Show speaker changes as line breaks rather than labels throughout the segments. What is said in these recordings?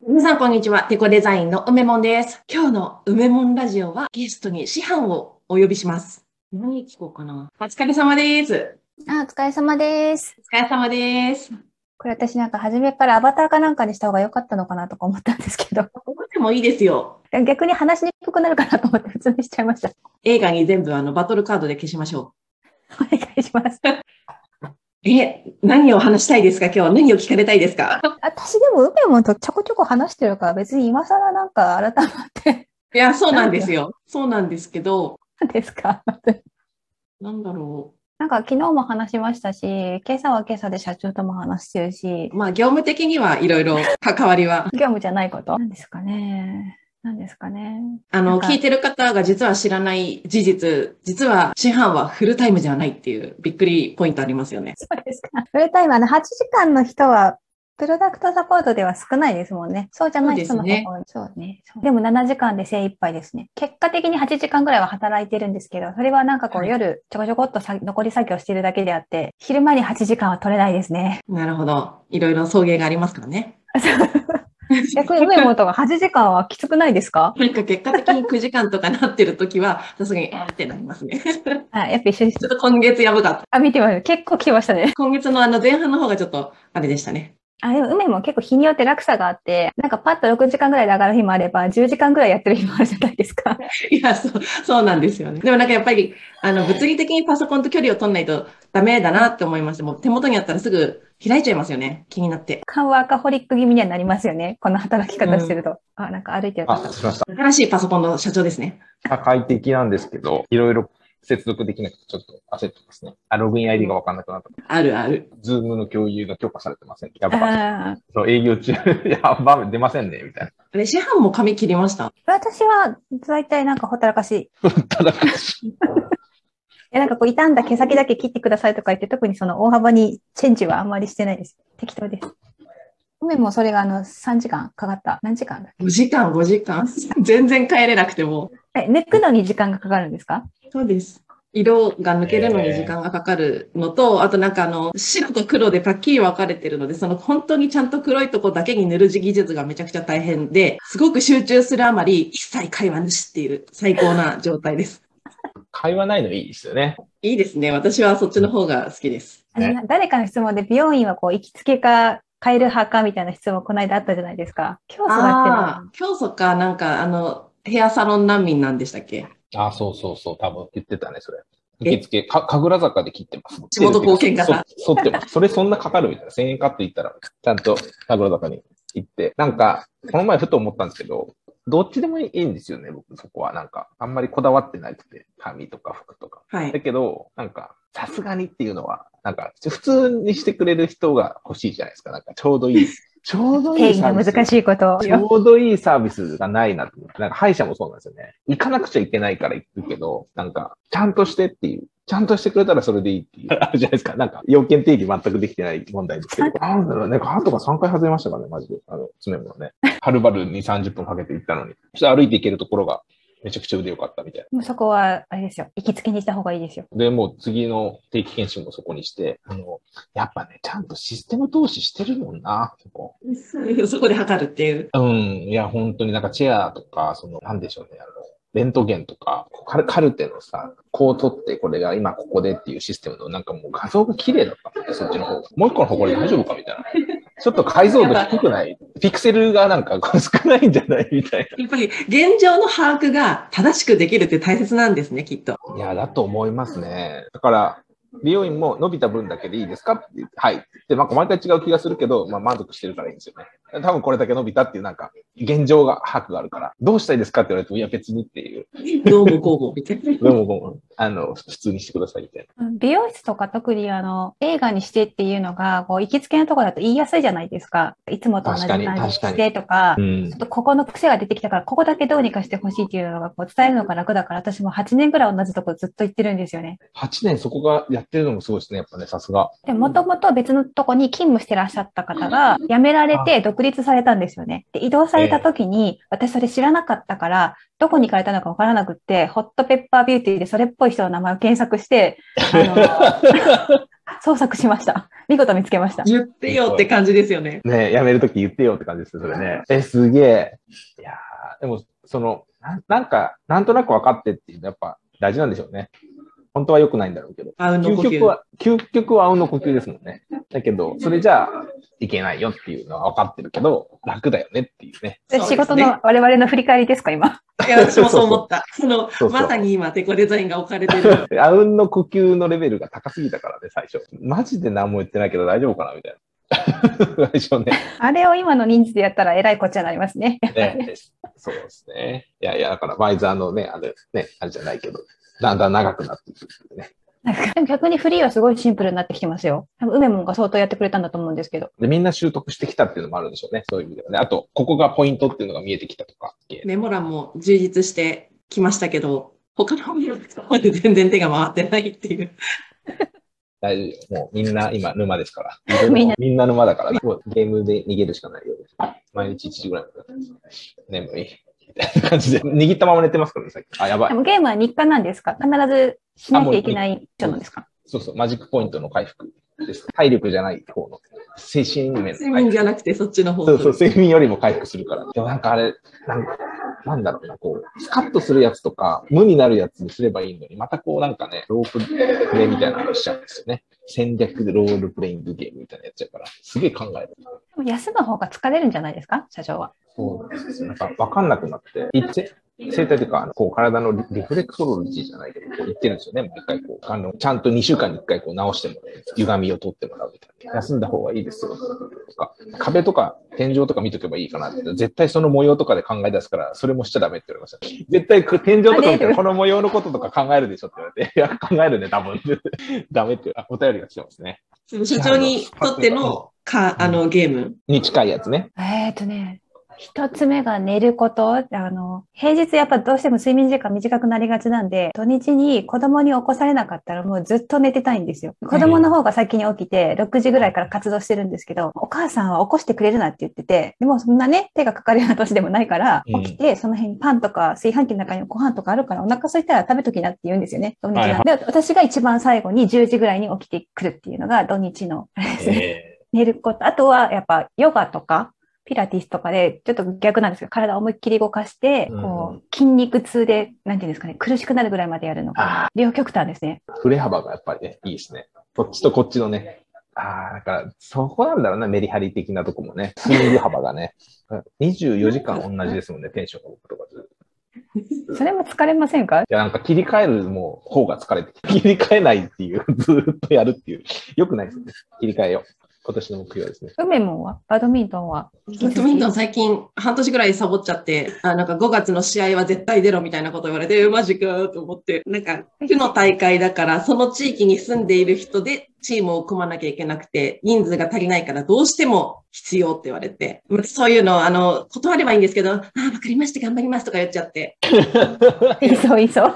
皆さん、こんにちは。テコデザインの梅門です。今日の梅門ラジオはゲストに師範をお呼びします。何聞こうかな。お疲れ様です。
あ、お疲れ様です。
お疲れ様です。
これ私なんか初めからアバターかなんかにした方が良かったのかなとか思ったんですけど。
ここでもいいですよ。
逆に話しにくくなるかなと思って普通にしちゃいました。
映画に全部あのバトルカードで消しましょ
う。お願いし ます。
え、何を話したいですか今日は何を聞かれたいですか
私でも梅もとちょこちょこ話してるから別に今更なんか改まって。
いや、そうなんですよ。そうなんですけど。
何ですか
なんだろう。
なんか昨日も話しましたし、今朝は今朝で社長とも話してるし。
まあ業務的にはいろいろ関わりは。
業務じゃないことなんですかね。なんですかね。
あの、聞いてる方が実は知らない事実、実は師範はフルタイムじゃないっていうびっくりポイントありますよね。
そうですか。フルタイム、あの、8時間の人は、プロダクトサポートでは少ないですもんね。そうじゃない人の方が多い。そうねそう。でも7時間で精一杯ですね。結果的に8時間ぐらいは働いてるんですけど、それはなんかこう、はい、夜ちょこちょこっとさ残り作業してるだけであって、昼間に8時間は取れないですね。
なるほど。いろいろ送迎がありますからね。
逆に梅本が8時間はきつくないですか
なんか結果的に9時間とかなってる時は、さすがに、あってなりますね。
あ、やっぱ一緒です。
ちょっと今月やばかった。
あ、見てます。結構来てましたね。
今月のあの前半の方がちょっと、あれでしたね。
あ、でも梅も結構日によって落差があって、なんかパッと6時間ぐらいで上がる日もあれば、10時間ぐらいやってる日もあるじゃないですか。
いや、そう、そうなんですよね。でもなんかやっぱり、あの、物理的にパソコンと距離を取んないとダメだなって思いまして、もう手元にあったらすぐ開いちゃいますよね。気になって。
カワーカホリック気味にはなりますよね。この働き方してると。うん、あ、なんか歩いてる。
あ、しました。
新しいパソコンの社長ですね。
社会的なんですけど、いろいろ接続できなくてちょっと焦ってますね。あ、ログイン ID がわかんなくなった。
あるある。
ズームの共有が許可されてません。やばかった。そう、営業中、 やば、出ませんね、みたいな。
レシハンも髪切りました
私は、大体なんかほったらかしい。
ほったらか しい。
いやなんかこう、傷んだ毛先だけ切ってくださいとか言って、特にその大幅にチェンジはあんまりしてないです。適当です。梅もそれがあの3時間かかった。何時間だ
?5 時間、5時間。 全然帰れなくても。
え、抜くのに時間がかかるんですか
そうです。色が抜けるのに時間がかかるのと、あとなんかあの、白と黒でパッキリ分かれてるので、その本当にちゃんと黒いとこだけに塗る技術がめちゃくちゃ大変で、すごく集中するあまり、一切会話なしっていう最高な状態です。
会話ないのいいですよね。
いいですね。私はそっちの方が好きです。
ね、誰かの質問で美容院はこう行きつけか変える派かみたいな質問この間あったじゃないですか。
教祖だって教祖か、なんかあの、ヘアサロン難民なんでしたっけ
ああ、そうそうそう、多分言ってたね、それ。受付、か、神楽坂で切ってます。
地元貢献型。
そってます。それそんなかかるみたいな。1000円かって言ったら、ちゃんと神楽坂に行って。なんか、この前ふと思ったんですけど、どっちでもいいんですよね、僕、そこは。なんか、あんまりこだわってないくて、髪とか服とか。
はい。
だけど、なんか、さすがにっていうのは、なんか、普通にしてくれる人が欲しいじゃないですか。なんか、ちょ うどいい。ちょうどいいサービ
ス。難しいこと
ちょうどいいサービスがないなと思って。なんか歯医者もそうなんですよね。行かなくちゃいけないから行くけど、なんか、ちゃんとしてっていう。ちゃんとしてくれたらそれでいいっていう。あるじゃないですか。なんか、要件定義全くできてない問題ですけど。なんだろうね。歯とか3回外れましたからね、マジで。あの、常もね。はるばるに30分かけて行ったのに。そして歩いて行けるところがめちゃくちゃ腕良かったみたい
な。そこは、あれですよ。行きつけにした方がいいですよ。
で、もう次の定期検診もそこにして、あの、やっぱね、ちゃんとシステム投資してるもんな、そこ。
そこで測るっていう。
うん。いや、本当になんかチェアとか、その、なんでしょうね、あの、レントゲンとか、カカルテのさ、こう取って、これが今ここでっていうシステムの、なんかもう画像が綺麗だったんだそっちの方。もう一個の方これ大丈夫かみたいな。ちょっと解像度低くないピクセルがなんか少ないんじゃないみたい
な。やっぱり現状の把握が正しくできるって大切なんですね、きっ と。
いや、だと思いますね。だから、美容院も伸びた分だけでいいですかって、はい。で、なんか毎回違う気がするけど、まあ満足してるからいいんですよね。多分これだけ伸びたっていうなんか、現状が、把握があるから、どうしたいですかって言われても、いや別にっていう。
どうもこうもみたいな。
どうもこう も。あの、普通にしてくださいみたいな。
美容室とか特にあの、映画にしてっていうのが、こう、行きつけのところだと言いやすいじゃないですか。いつもと同じ感じにしてとか、うん、ちょっとここの癖が出てきたから、ここだけどうにかしてほしいっていうのが、こう、伝えるのが楽だから、私も8年ぐらい同じとこずっと行ってるんですよね。
8年そこがやってるのもすごいですね、やっぱね、さすが。
でもともと別のとこに勤務してらっしゃった方が、辞められて独独立されたんですよね。で、移動された時に、私それ知らなかったから、どこに行かれたのかわからなくって、ホットペッパービューティーでそれっぽい人の名前を検索して、あ の、捜索しました。見事見つけました。
言ってよって感じですよ ね。
ねやめるとき言ってよって感じですね、それね。え、すげえ。いやーでも、その、なんなんか、なんとなく分かってっていうのはやっぱ大事なんでしょうね。本当は良くないんだろうけど。
あうんの呼
究極
吸。
は、究極はあうんの呼吸ですもんね。だけど、それじゃあ、いけないよっていうのは分かってるけど、楽だよねっていうね。
そ
で
うです
仕
ね
事の我々の振り返りですか、今。
いや、私もそう思った。その
そう
まさに今、テコデザインが置かれてる。
あうんの呼吸のレベルが高すぎたからね、最初。マジで何も言ってないけど大丈夫かなみたいな。 最初 ね。
あれを今の人数でやったらえらいこっちゃになりますね。
ね、そうですね。いやいや、だから、バイザーのね、あれ、ね、あれじゃないけど、だんだん長くなっていくっていうね。
でも逆にフリーはすごいシンプルになってきてますよ。多分梅もんが相当やってくれたんだと思うんですけど。
で、みんな習得してきたっていうのもあるんでしょうね。そういう意味ではね。あと、ここがポイントっていうのが見えてきたとか。
メモ欄も充実してきましたけど、他のメモ欄で全然手が回ってないっていう。
大丈夫よ。もうみんな今沼ですから。
みんな
みんな沼だから、ね、もうゲームで逃げるしかないようです。毎日1時ぐらいまで眠い。みたいな感じで、握ったまま寝てますからね、さっき。あ、やば
で
い。
もゲームは日課なんですか必ずしなきゃいけない人なんですか
そうそう、マジックポイントの回復です。体力じゃない方の、精神面の回復
睡眠じゃなくてそっちの方
そうそう、睡眠よりも回復するから。でもなんかあれ、なんか、なんだろうな、こう、スカッとするやつとか、無になるやつにすればいいのに、またこうなんかね、ローププレイみたいなのしちゃうんですよね。戦略でロールプレイングゲームみたいなやつやから、すげえ考える。
でも休む方が疲れるんじゃないですか社長は。
そうなんですよ。なんかわかんなくなって、いって、生体というか、あのこう体のリリフレクトロジーじゃないけど、こう言ってるんですよね。毎回こう、あの、ちゃんと2週間に1回こう直してもらう。歪みを取ってもらうみたいな。休んだ方がいいですよ。とか、壁とか天井とか見とけばいいかなって。絶対その模様とかで考え出すから、それもしちゃダメって言われました。絶対こう天井とか見
あ
た
れ
らこの模様のこととか考えるでしょって言われて、い や、考えるね、多分。 ダメっていうあお便りが来てますね。
その社長にとってのかあのゲーム。
に近いやつね。
えっ、とね、一つ目が寝ること。あの、平日やっぱどうしても睡眠時間短くなりがちなんで、土日に子供に起こされなかったらもうずっと寝てたいんですよ。子供の方が先に起きて、6時ぐらいから活動してるんですけど、お母さんは起こしてくれるなって言ってて、でもそんなね、手がかかるような年でもないから、
うん
起きて、その辺にパンとか炊飯器の中にご飯とかあるからお腹空いたら食べときなって言うんですよね。土日なんで。で、私が一番最後に10時ぐらいに起きてくるっていうのが土日のあれですね。寝ること。あとは、やっぱ、ヨガとか、ピラティスとかで、ちょっと逆なんですけど、体を思いっきり動かして、
うん
こう、筋肉痛で、なんていうんですかね、苦しくなるぐらいまでやるのが、
ああ、
両極端ですね。
振れ幅がやっぱりね、いいですね。こっちとこっちのね。ああ、だから、そこなんだろうな、メリハリ的なとこもね。スイング幅がね。うん24時間同じですもんね、テンションが僕とかずっと。
それも疲れませんか
いや、なんか切り替えるもう方が疲れてきて、切り替えないっていう、ずーっとやるっていう。よくないですね。切り替えよう。今年の目標ですね。
梅もんはバドミントンは
バドミントン最近半年ぐらいサボっちゃって、あなんか5月の試合は絶対出ろみたいなこと言われて、えマジかと思って、なんか区の大会だから、その地域に住んでいる人でチームを組まなきゃいけなくて、人数が足りないからどうしても必要って言われて、そういうの、あの、断ればいいんですけど、あわかりました、頑張りますとか言っちゃって、
いそういそう。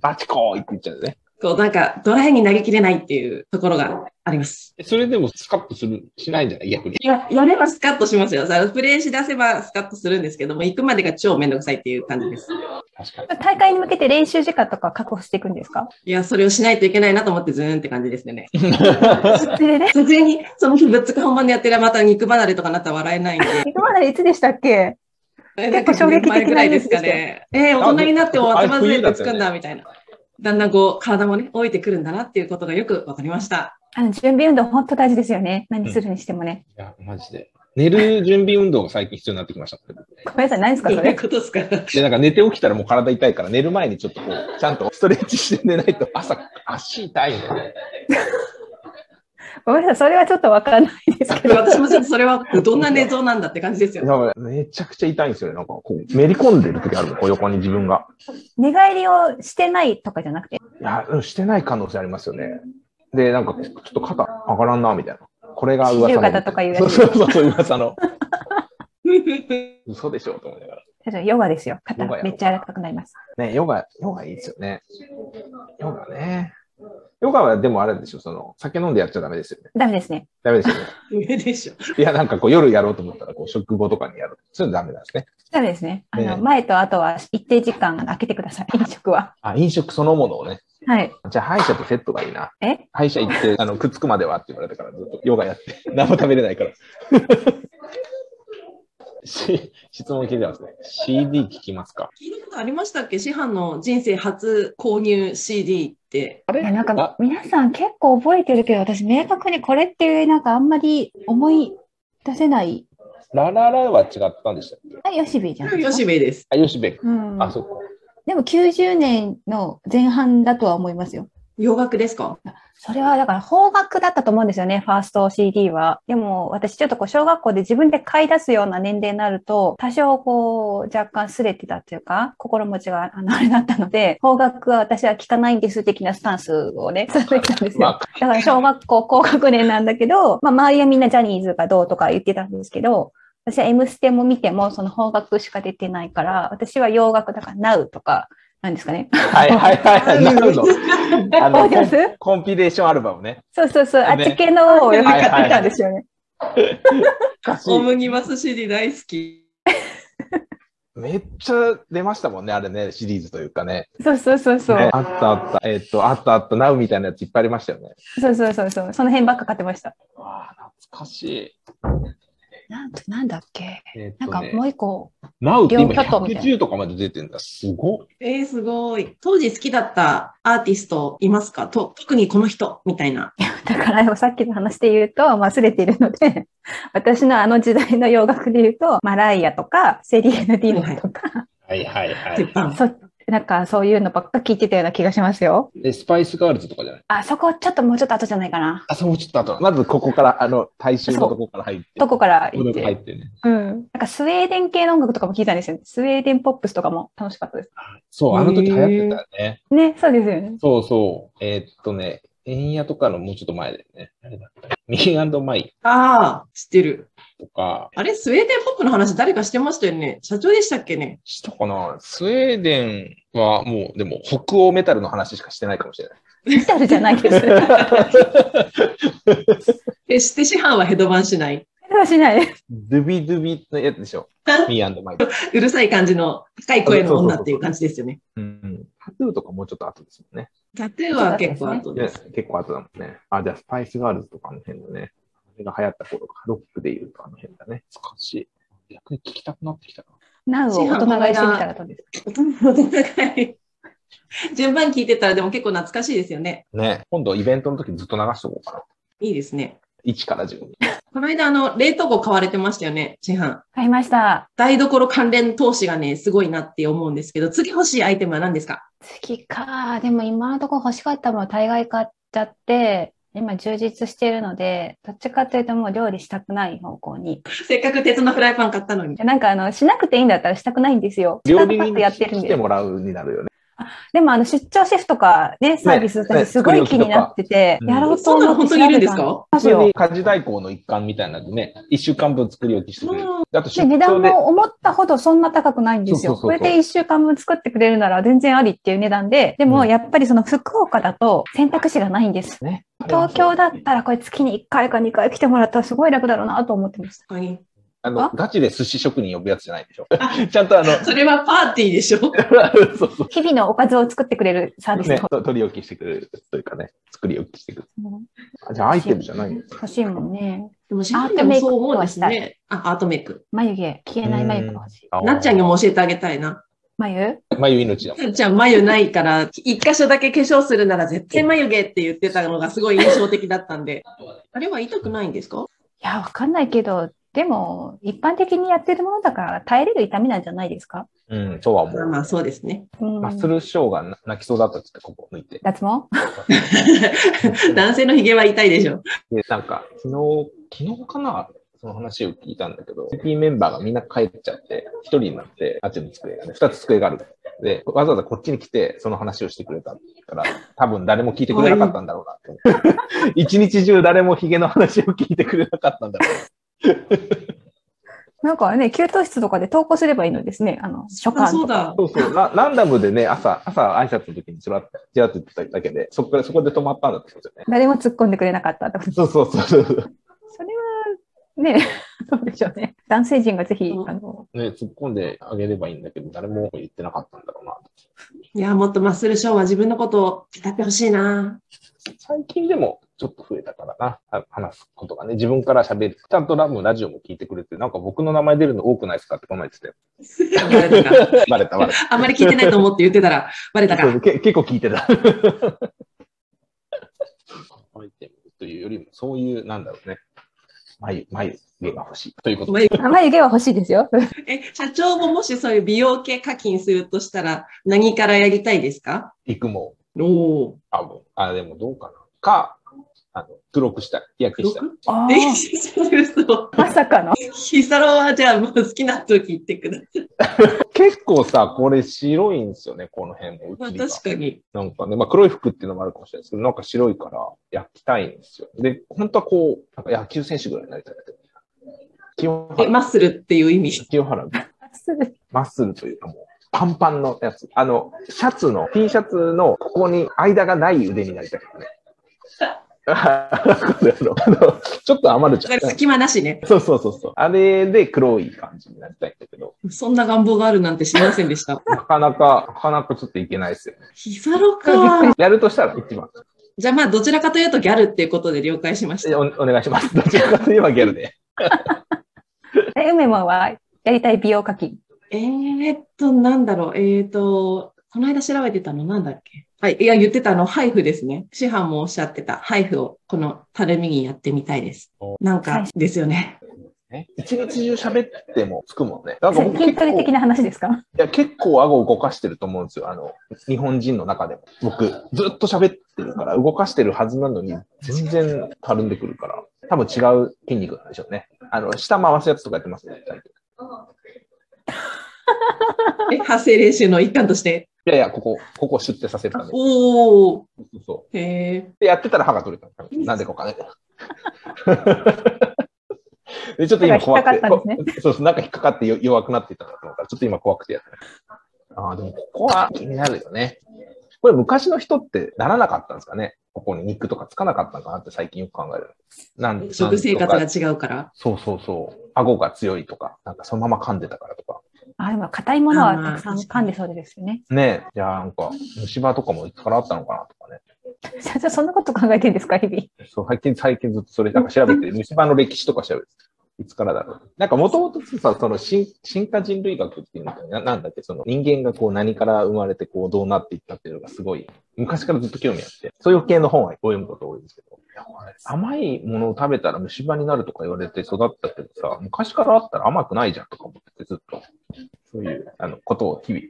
バチコーイって言っちゃうね。
こうなんかドライに投げきれないっていうところがあります。
それでもスカッとする、しないんじゃない逆に。
いや、やればスカッとしますよ。さプレイしだせばスカッとするんですけども、行くまでが超めんどくさいっていう感じです。
確かに。
大会に向けて練習時間とか確保していくんですか
いや、それをしないといけないなと思ってズーンって感じですね。
それでね、
さすがに、その日ぶっつく本番でやってらまた肉離れとかなったら笑え ないんで。
肉離れいつでしたっけ
え
結構衝撃的な
なんか10年前ぐらいですかね。えー、大人になっても頭ずれてつくんだ、みたいな。だんだんこう、体もね、老いてくるんだなっていうことがよくわかりま した。
あの、準備運動本当大事ですよね。何するにしてもね。
いや、マジで。寝る準備運動が最近必要になってきました。
ごめんなさい、何です
ど
か
う
そ
いう
れ。
ことですか
で、なんか寝て起きたらもう体痛いから、寝る前にちょっとこう、ちゃんとストレッチして寝ないと、朝、足痛いんだよね。
ごめんなさい、それはちょっとわからないですけ ど。
私もちょっとそれは、どんな寝相なんだって感じですよ。
やばいめちゃくちゃ痛いんですよね。なんかこう、めり込んでる時あるの、こう横に自分が。
寝返りをしてないとかじゃなくて、
いや、うんしてない可能性ありますよね。で、なんか、ちょっと肩上がらんな、みたいな。これが噂
自
の。
由形とかいうやつ
そうそうそうそう、噂の。嘘でしょ、と思いながら。
社長ヨガですよ。肩
ヨガや
めっちゃ柔らかくなります。
ね、ヨガ、ヨガいいですよね。ヨガね。ヨガはでもあれでしょ、その、酒飲んでやっちゃダメですよね。
ダメですね。
ダメですよね。
上でしょ。
いや、なんかこう夜やろうと思ったら、こう食後とかにやる。そういうのダメなんですね。
ダメですね。あの、
ねえ
前と後は一定時間空けてく ださい。飲食は。
あ、飲食そのものをね。
はい。
じゃあ歯医者とセットがいいな。
え
歯医者行 って、あの、くっつくまではって言われたから、ずっとヨガやって。何も食べれないから。 し質問聞いてますね。CD 聞きますか
聞いたことありましたっけ師範の人生初購入 CD って。
あれ
いや、なん
あ
か、皆さん結構覚えてるけど、私明確にこれっていう、なんかあんまり思い出せない。
ラララは違ったんでしたっけ
あ、ヨシビじゃん。
よしべです。
あ、よしべく。
うん。
あ、そっか。
でも90年の前半だとは思いますよ。
洋楽ですか
それはだから方角だったと思うんですよね、ファースト CD は。でも私ちょっとこう小学校で自分で買い出すような年齢になると、多少こう若干すれてたというか、心持ちがあのあれだったので、方角は私は聞かないんです的なスタンスを ね、続けてたんですよ。
ま
だから小学校高学年なんだけど、まあ周りはみんなジャニーズがどうとか言ってたんですけど、私は M ステも見てもその方角しか出てないから、私は洋楽だから NOW とか、なんですかね。
あ、 はいはいはいはい。 なるほど。あ
覚え
の
てます
コンコンピレーションアルバムね。
そうそうそう、
ね
あっち系のをよく買ってたんですよね。
歌 詞
オムニバス CD 大好き。
めっちゃ出ましたもんね、あれね、シリーズというかね。
そうそうそうそう。
ねあったあった。えっ、と、あったあった、ナウみたいなやついっぱいありましたよね。
そうそうそうそう。その辺ばっか買ってました。
わあ、懐かしい。
なんと、なんだっけ。
えっ
なん
と
か
ね
もう一個。
ナウって今
両巨頭みたい
110とかまで出てんだ。すごっ。
えー、すごい。当時好きだったアーティストいますかと特にこの人みたいな。
だから、さっきの話で言うと、忘れているので、 私のあの時代の洋楽で言うと、マライアとか、セリエヌ・ディーノとか、
はいはいは
鉄板。
そなんかそういうのばっか聞いてたような気がしますよ。
い。で、スパイスガールズとかじゃない
あ、そこちょっともうちょっと後じゃないかな。
あ、そう、ちょっと後。まずここから、あの、大衆のとこから入って。
どこから
ここ
行っ。
で入っててね。
うん。なんかスウェーデン系の音楽とかも聞いたんですよね。スウェーデンポップスとかも楽しかったです。
そう、あの時流行ってたよね。
ね、そうですよね。
そうそう。えっとね、円屋とかのもうちょっと前だよね。誰だったミーマイ
ああ、知ってる。
とか、
あれ、スウェーデンポップの話誰かしてましたよね。社長でしたっけね。
したかなスウェーデンはもう、でも北欧メタルの話しかしてないかもしれ ない。
デジタルじゃない です。
決して師範はヘドバンしない。
それはしない。
ドゥビドゥビのやつでしょ。ミーマイ。
うるさい感じの高い声の女っていう感じですよね。
うん。タトゥーとかもうちょっと後ですもんね。
タトゥーは結構後で
ね
す。、
結構後だもんね。あ、じゃあ、スパイスガールズとかの辺だね。あれが流行った頃か、ロックでいうとあの辺だね。懐かしい。逆に聞きたくなってきたな。
ナウを大人買いしてみたらどうですか
大人の戦い。順番聞いてたらでも結構懐かしいですよね。
ね、今度イベントの時ずっと流しとこうかな。
いいですね。
1から10に。
この間、あの、冷凍庫買われてましたよね、師範。
買いました。
台所関連投資がね、すごいなって思うんですけど、次欲しいアイテムは何ですか
次か。でも今のところ欲しかったもの大概買っちゃって、今充実してるので、どっちかというともう料理したくない方向に。
せっかく鉄のフライパン買ったのに。
なんかあの、しなくていいんだったらしたくないんですよ。
料理
パッ
人
と
に
やってるん
来て
で。
もらうになるよね。
でもあの、出張シェフとかね、サービス
ねね
私すごい気になってて、
作り置きとか
やろうと
そんなの
思っ
本
て
当
調
にいるんで
べ
す
たの。
か
ま
普
す
通
よ
に。家事代行の一環みたいなんでね、1週間分作り置きしてくれる。あと出
で値
張
段
で、
も思ったほどそんな高くないんですよ。
そうそうそうそう
これで1週間分作ってくれるなら全然ありっていう値段で、で
う
も
ん
やっぱりその福岡だと選択肢がないんです。
ね、
東京だったらこれ月に1回か2回来てもらったらすごい楽だろうなと思ってました。
他に
あ
あの、ガチで寿司職人呼ぶやつじゃないでしょ。ちゃんとあの、
それはパーティーでしょ
そうそう。
日々のおかずを作ってくれるサービス
ね
と、
と取り置きしてくれるというかね、作り置きしてくれる。
うん
あじゃあ、アイテムじゃないんだ
欲しいもんね。
でも、師範でもそう思うんです
アートメ
ね。あ、アートメイク。
眉毛、消えない眉毛が欲しい。
なっちゃんにも教えてあげたいな。
眉
眉命だもん。
なっちゃん眉ないから、一箇所だけ化粧するなら絶対眉毛って言ってたのがすごい印象的だったんで。あれは痛くないんですか
いや、わかんないけど、でも一般的にやってるものだから耐えれる痛みなんじゃないですか
うん、そうは思
まあ
う。
まあそうですね。
うん
マッスルショーがな泣きそうだったっつって、ここ抜 いて。
脱毛
男性のヒゲは痛いでしょ。
で、なんか、昨日、昨日かなその話を聞いたんだけど、CP メンバーがみんな帰っちゃって、一人になって、あっちの机がね、二つ机がある。で、わざわざこっちに来て、その話をしてくれたから、多分誰も聞いてくれなかったんだろうな って。一日中誰もヒゲの話を聞いてくれなかったんだろうな。
なんかね、給湯室とかで投稿すればいいのですね。あの、書
あ、
簡
そ
と
う
か。
だ。
そうそう、ラランダムでね、朝、朝挨拶の時にちらっと、ちらっと言ってただけで、そこから、そこで止まったんだってことですよね。
誰も突っ込んでくれなかった ってこと。
そうそうそ
それ
う。
は、ね、 どうでしょうね。男性陣がぜひ、
うん
あの、
ね、突っ込んであげればいいんだけど、誰も言ってなかったんだろうな。
いや、もっとマッスルショーは自分のことを語ってほしい な。
最近でもちょっと増えたからな、は話すことがね、自分から喋る。ちゃんとラム、ラジオも聞いてくれて、なんか僕の名前出るの多くないですかってこの前言っ
バレたか。
てたよ。 バレた、バレ
あんまり聞いてないと思って言ってたら、バレた
た。
か
そう。け結構聞いてた。アイテムというよりも、そういう、なんだろうね。眉、眉毛が欲しい。ということで。
あ眉毛は欲しいですよ。
え、社長ももしそういう美容系課金するとしたら、何からやりたいですか
育毛。
おお。
あ、もうあ、でもどうかな。か、あの、黒くしたい。日焼けしたい。
あ
え、
ー
そう。
まさ かの。
ヒサロはじゃあもう好きな時言ってください。
結構さ、これ白いんですよね、この辺も。
まあ
写りが
確かに。
なんかね、まあ黒い服っていうのもあるかもしれないですけど、なんか白いから焼きたいんですよ。で、本当はこう、なんか野球選手ぐらいになりたいなって。清
え、
原、
マッスルっていう意味。
清原、マッスルというかもう、パンパンのやつ。あの、シャツの、T シャツのここに間がない腕になりたいからね。 あのあのちょっと余るじゃん。
隙間なしね。
そうそうそうそう。あれで黒い感じになりたいんだけど、
そんな願望があるなんて知りませんでした。
なかなか、なかなかちょっといけないですよね。
ヒサロか。
やるとしたら一番。
じゃあまあどちらかというとギャルっていうことで了解しました。
おお願いします。どちらかといえばギャルで。
え、梅マンは、やりたい美容課金。
えー、っと、なんだろう。えー、っと、この間調べてたのなんだっけはい。いや、言ってたの、ハイフですね。師範もおっしゃってた、ハイフをこのたるみにやってみたいです
お。
なんか、ですよね。
ね一日中喋ってもつくもんね。なんか僕
筋
結
ト
構
レ的
い
な話ですか
や結構顎を動かしてると思うんですよ。あの、日本人の中でも。僕、ずっと喋ってるから、動かしてるはずなのに、全然たるんでくるから。多分違う筋肉なんでしょうね。あの、下回すやつとかやってますね。最近
え、発声練習の一環として。
いやいや、ここ、ここを出廷させるため。
おお。
そうそう。
へえ。
で、やってたら歯が取れた。なんでかわかんないけど。 でちょっと今怖くて。
なんか引っかかったん
そうそう、なんか引っかかってよ弱くなっていたんだと思うから、ちょっと今怖くてやってない。ああ、でもここは気になるよね。これ昔の人ってならなかったんですかねここに肉とかつかなかったのかなって最近よく考える。なんなんとか
食生活が違うから。
そうそうそう。顎が強いとか、なんかそのまま噛んでたからとか。
あ、でも硬いものはたくさん噛んでそうですよね。
ねえ、じゃあなんか虫歯とかもいつからあったのかなとかね。
社長、そんなこと考えてるんですか、日々。
そう、最近、最近ずっとそれ、なんか調 べて、虫歯の歴史とか調べて、いつからだろう。なんかもともとさ、その進進化人類学っていうのかな、なんだっけ、その人間がこう何から生まれてこうどうなっていったっていうのがすごい、昔からずっと興味あって、そういう系の本は読むこと多いんですけど、いやこれ甘いものを食べたら虫歯になるとか言われて育ったけどさ、昔からあったら甘くないじゃんとか思っててずっと、そういう、あの、ことを日々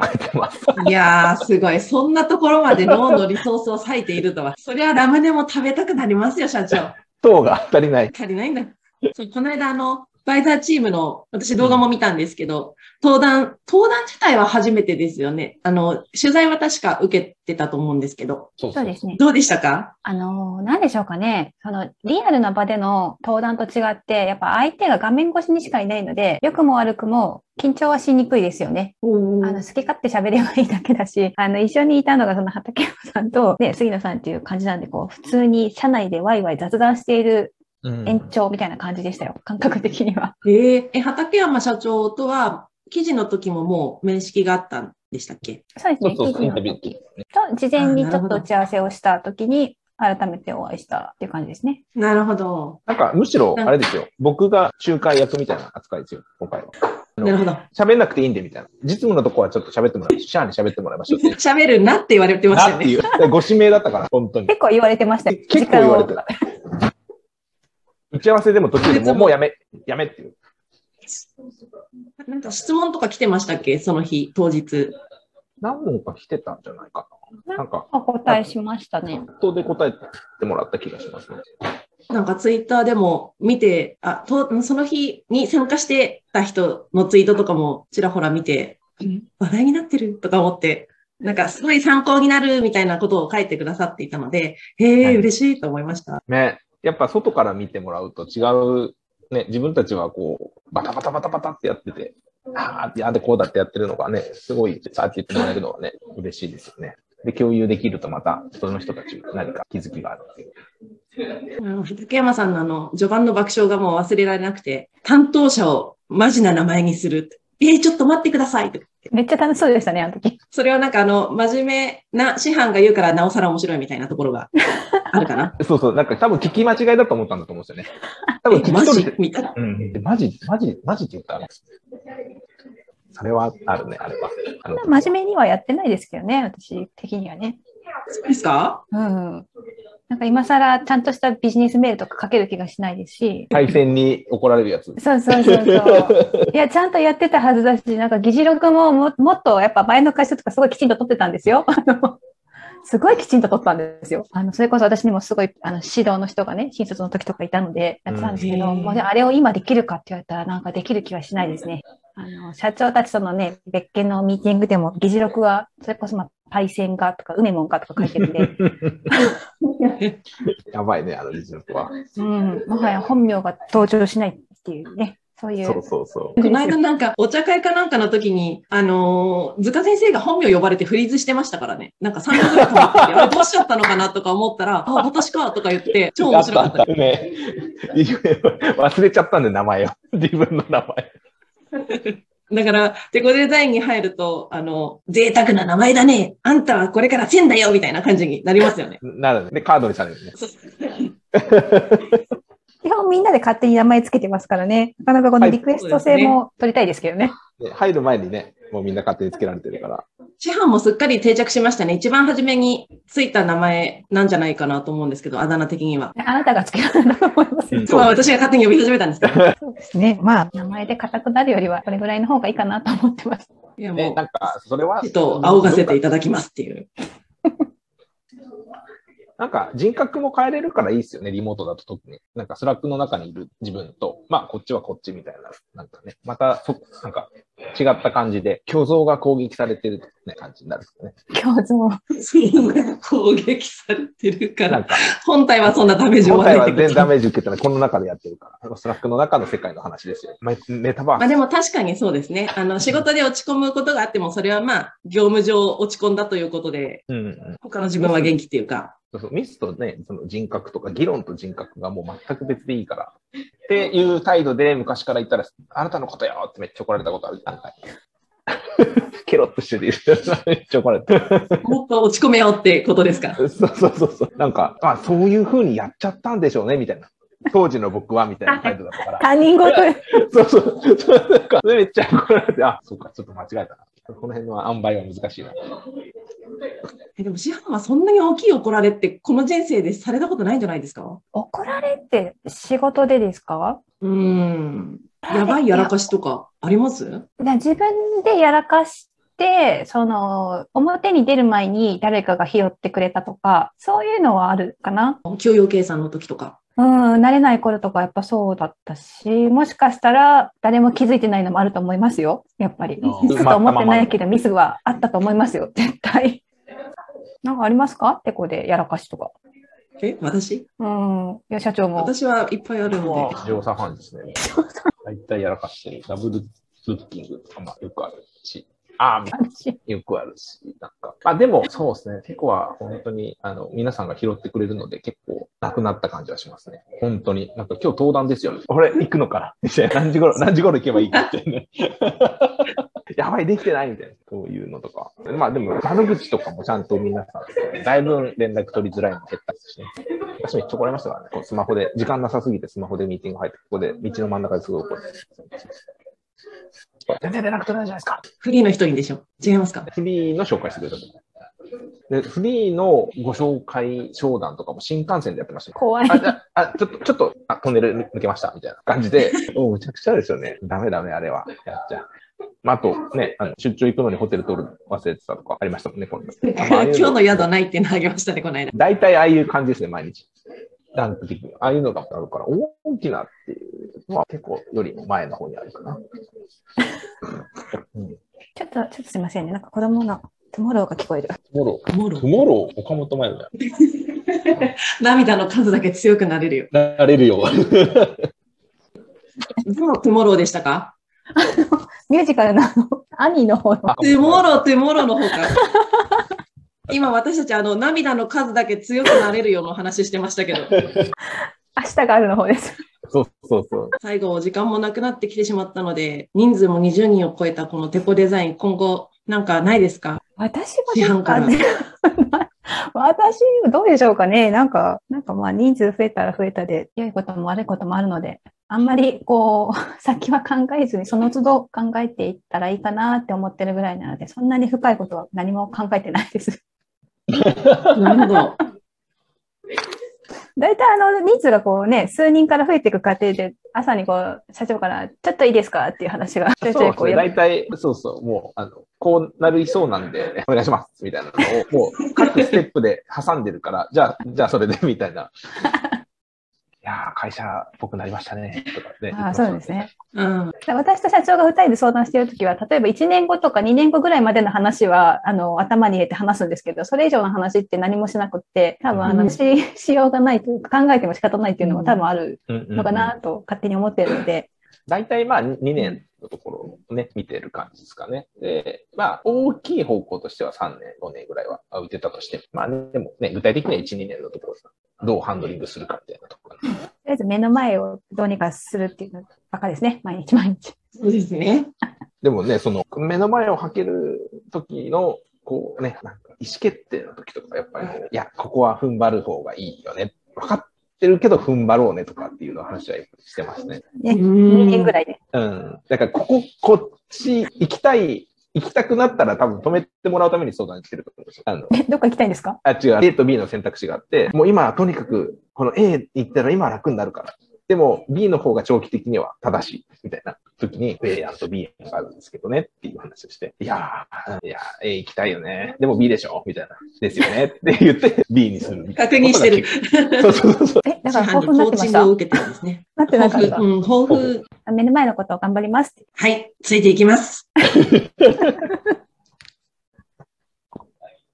考えてます。
いやー、すごい。そんなところまで脳のリソースを割いているとは。そりゃラムネも食べたくなりますよ、社長。
糖が足りない。
足りないんだ。そうこの間、あの、バイザーチームの、私動画も見たんですけど、登壇、登壇自体は初めてですよね。あの、取材は確か受けてたと思うんですけど、
そう
そうですね。
どうでしたか
あのー、なんでしょうかね。その、リアルな場での登壇と違って、やっぱ相手が画面越しにしかいないので、良くも悪くも緊張はしにくいですよね。あの、好き勝手喋ればいいだけだし、 あの、一緒にいたのがその畠山さんと、ね、杉野さんっていう感じなんで、こう、普通に社内でワイワイ雑談している
うん
延長みたいな感じでしたよ。感覚的には。
えー、え、畠山社長とは、記事の時ももう面識があったんでしたっけ
そうです
そ
ね。
う
記
そうそう、
事
イ
の
ンタビューっていう
時と、事前にち
あなる
ょ
ほ
っ
ど
と打ち合わせをした時に、改めてお会いしたっていう感じですね。
なるほど。
なんか、むしろ、あれですよ。僕が仲介役みたいな扱いですよ、今回は。
なるほど。
喋んなくていいんで、みたいな。実務のとこはちょっと喋ってもらいましょう。シャアに喋ってもらいましょうっていう。
喋るなって言われてました
な
よ
ってい
ね。
う。ご指名だったから、本当 に。
結構言われてましたよ。
結構言われ
時
て
間を
た。打ち合わせでも途中でもうもうやめ、やめっていう。
なんか質問とか来てましたっけその日、当日。
何問か来てたんじゃないかな。なんか、
お答えしましたね。
本当で答えてもらった気がしますね。
なんかツイッターでも見て、あ、と、その日に参加してた人のツイートとかもちらほら見て、話題になってるとか思って、なんかすごい参考になるみたいなことを書いてくださっていたので、へ
はい
え、嬉しいと思いました。
ね。やっぱ外から見てもらうと違うね、自分たちはこう、バタバタバタバタってやってて、ああって、ああでこうだってやってるのがね、すごい、さあって言ってもらえるのはね、嬉しいですよね。で、共有できるとまた、その人たち何か気づきがあるっていう。
うん竹山さんのあの、序盤の爆笑がもう忘れられなくて、担当者をマジな名前にするって。えー、ちょっと待ってくださいとか言って。
めっちゃ楽しそうでしたね、あの時。
それをなんかあの、真面目な師範が言うからなおさら面白いみたいなところがあるかな。
そうそう、なんか多分聞き間違いだと思ったんだと思うんですよ ね。 多分聞
え
き
マ
取れ
ジ
て、
みたいな。
うん、えマジ、マジ、マジって言ったら、それはあるね、あれは。あの
真面目にはやってないですけどね、私的にはね。
そうですか
うんうん。なんか今更ちゃんとしたビジネスメールとか書ける気がしないですし。
対戦に怒られるやつ。
そうそうそうそう。いや、ちゃんとやってたはずだし、なんか議事録もももっとやっぱ前の会社とかすごいきちんと取ってたんですよ。あ のすごいきちんと取ったんですよ。あの、それこそ私にもすごい、あの、指導の人がね、新卒の時とかいたので、やってたんですけど、
うん
もうねあれを今できるかって言われたら、なんかできる気はしないですね。あの、社長たちとのね、別件のミーティングでも、議事録は、それこそまあ、パイセンがとか、梅門がとか書いてる んで、
やばいね、あの実力は。
うん、もはや本名が登場しないっていうね、そういう。
そうそうそ
この間なんか、お茶会かなんかの時に、あのー塚先生が本名呼ばれてフリーズしてましたからね。なんか3秒ぐらいかかってて、あれどうしちゃったのかなとか思ったら、あ、私かとか言って、
う。
超面白かった
あ。たね。忘れちゃったんで、名前を。 自分の名前。
だから、デコデザインに入ると、あの、贅沢な名前だねあんたはこれから千だよみたいな感じになりますよね。
なるほどね。で、カードにされるね。
基本みんなで勝手に名前つけてますからね。なかなかこのリクエスト性も取りたいですけどね。
で入る前にね、もうみんな勝手につけられてるから。
師範もすっかり定着しましたね。一番初めについた名前なんじゃないかなと思うんですけど、あだ名的には。
あなたがつけられたと思います。
うん
まあ私が勝手に呼び始めたんですけど。
そうですね。まあ、名前で固くなるよりは、これぐらいの方がいいかなと思ってます。
いや
ね、
も
なんか、それは。
う、ちょっと仰がせていただきますっていう。
なんか人格も変えれるからいいですよね、リモートだと特に。なんかスラックの中にいる自分と、まあこっちはこっちみたいな、なんかね、またそ、なんか違った感じで、虚像が攻撃されてる、ね、感じになるんですよね。
今日も。
そう攻撃されてるか
な
ら
ん、か、
本体はそんなダメージを負
今
わな
回
いけ
は全然
ど。
ダメージ受けてない。この中でやってるから。スラックの中の世界の話ですよ。まあネタバ
まあ
ース。
でも確かにそうですね。あの、仕事で落ち込むことがあっても、それはまあ、業務上落ち込んだということで、
うんうん
他の自分は元気っていうか。
そうそうミスとね、その人格とか、議論と人格がもう全く別でいいから。っていう態度で昔から言ったら、あなたのことよってめっちゃ怒られたことある。なんかケロッとしてて言ってた、めっちゃ怒られた。
もっと落ち込めようってことですか。
そうそうそうそう。なんか、まあ、そういう風にやっちゃったんでしょうね、みたいな。当時の僕は、みたいな態度だ ったから。
他人事。
そうそう。そうなんか、めっちゃ怒られて、あ、そうか、ちょっと間違えたな。この辺の塩梅は難しいな。
えでも、師範はそんなに大きい怒られって、この人生でされたことないんじゃないですか
怒られって仕事でですか
うーん。やばいやらかしとかあります
だから自分でやらかして、その、表に出る前に誰かが拾ってくれたとか、そういうのはあるかな。
給与計算の時とか。
うん、慣れない頃とかやっぱそうだったし、もしかしたら誰も気づいてないのもあると思いますよ。やっぱり。
あー
ミスと思ってないけどミスはあったと思いますよ。絶対。なんかありますかてこでやらかしとか。
え私
うん。いや、社長も。
私はいっぱいあるので。
乗車ファンですね。大体やらかしてる。ダブルブッキングとか、まあ、よくあるし。ああ、よくあるし、なんか。あ、でも、そうですね。テコは本当に、あの、皆さんが拾ってくれるので、結構、なくなった感じはしますね。本当に。なんか、今日登壇ですよね。俺、行くのかなみたい な。何時頃、何時頃行け ばいいかってね。 やばい、できてないみたいな。そういうのとか。まあ、でも、悪口とかもちゃんと皆さん、だいぶ連絡取りづらいの減ったしね。私めっちゃ怒られましたからね。こうスマホで、時間なさすぎてスマホでミーティング入って、ここで、道の真ん中ですごい怒って。全然連絡取れないじゃないですか。
フリーの人にでしょ違いますか
フリーの紹介してくれたと思う。で、フリーのご紹介商談とかも新幹線でやってました ね。
怖い。
あ、じゃあ、あちょっと、ちょっと、あ、トンネル抜けました、みたいな感じで、 おむちゃくちゃですよね。ダメダメ、あれは。やっちゃう。まあ、あと、ね、あの出張行くのにホテル取るの忘れてたとかありましたもんね、こ んな。
今日の宿ないっていうのあげましたね、この間。
大体ああいう感じですね、毎日。ランク的に。ああいうのがあるから、大きなっていうのは結構よりも前の方にあるかな。うん。
ちょっと、ちょっとすいませんね。なんか子供のトゥモローが聞こえる。
トモロー。
トモロ
トモロー、岡本真由だ。
涙の数だけ強くなれるよ。
なれるよ。
もトゥモローでしたか
ミュージカルのあの兄の方の
あ
トゥモロー、トゥモローの方か。今私たちあの涙の数だけ強くなれるような話してましたけど、
明日があるの方です。
そうそうそう。
最後お時間もなくなってきてしまったので、人数も20人を超えたこのテコデザイン、今後なんかないですか
私も
市販から
私どうでしょうかね。なんか、なんかまあ人数増えたら増えたで、良いことも悪いこともあるので、あんまりこう、 先は考えずに、その都度考えていったらいいかなって思ってるぐらいなので、そんなに深いことは何も考えてないです。
なるほ ど。
大体あの、人数がこうね、数人から増えていく過程で、朝にこう、社長から、ちょっといいですかっていう話が、ちょいちょ
そ
い
うで
こ
す
う
ね。
やっ
大体、そうそう、もう、あの、こうなりそうなんで、お 願いします、みたいなのを、もう、 各ステップで挟んでるから、じゃあ、じゃあそれで、 みたいな。いやー、会社っぽくなりましたね、とかね。
ああそうですね。
うん。
私と社長が2人で相談してるときは、例えば1年後とか2年後ぐらいまでの話は、あの、頭に入れて話すんですけど、それ以上の話って何もしなくって、多分、あ
う
の、
ん
し、しようがないというか、考えても仕方ないっていうのも多分ある
うんうんうん。
のかなと勝手に思ってるので、
大体まあ2年のところをね、見てる感じですかね。で、まあ大きい方向としては3年、5年ぐらいは浮いてたとしても、まあねでもね、具体的には1、2年のところですどうハンドリングするかみたいなところかな。
とりあえず目の前をどうにかするっていうのばっかですね、毎日毎日。
そうですね。
でもね、その目の前をはける時の、こうね、なんか意思決定の時とか、やっぱりこう、いや、ここは踏ん張る方がいいよね。分かってるけど踏ん張ろうねとかっていうの話はやっぱりしてますね。
ね、2年
年
ぐらいで。
うん。だから、ここ、こっち行きたい、行きたくなったら多分止めてもらうために相談してると思うんですよ。あの、
えどっか行きたいんですか
あ、違う、A と B の選択肢があって、もう今、とにかく、この A 行ったら今は楽になるから。でも、B の方が長期的には正しい、みたいな時に、A と B があるんですけどね、っていう話をして、いやー、いやー、A 行きたいよね。でも B でしょみたいな。ですよね。って言って、B にするみたいな。
確認してる。
そうそうそうそう。
え、だ
市
から
販
興奮に
の
なっ
コーチン
てまし
グ
た
を。受けてるんです ね。
なってな
抱負、
かった。
うん、抱負。
目の前のことを頑張りますって。
はい、ついていきます。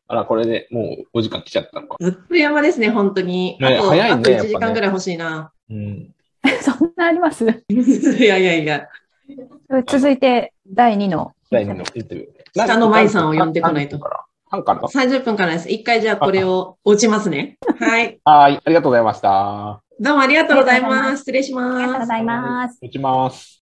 あら、これで、もうお時間来ちゃったのか。
ずっと山ですね、本当に。
ね
あと、
早いね
あと
やっぱ
1
ね
時間ぐらい欲しいな。
うん。
そんなあります
いやいやいや。
続いて、第2の。
第2のインタビュー。
下の舞さんを呼んでこないと
ファンから。
30分からです。一回じゃあこれを落ちますね。はい。
はい、ありがとうございました。
どうもありがとうござい
ありがとうござい
ま。
ます
失礼し
ありがとう
ま
ご
す。
ざいます。
行きます。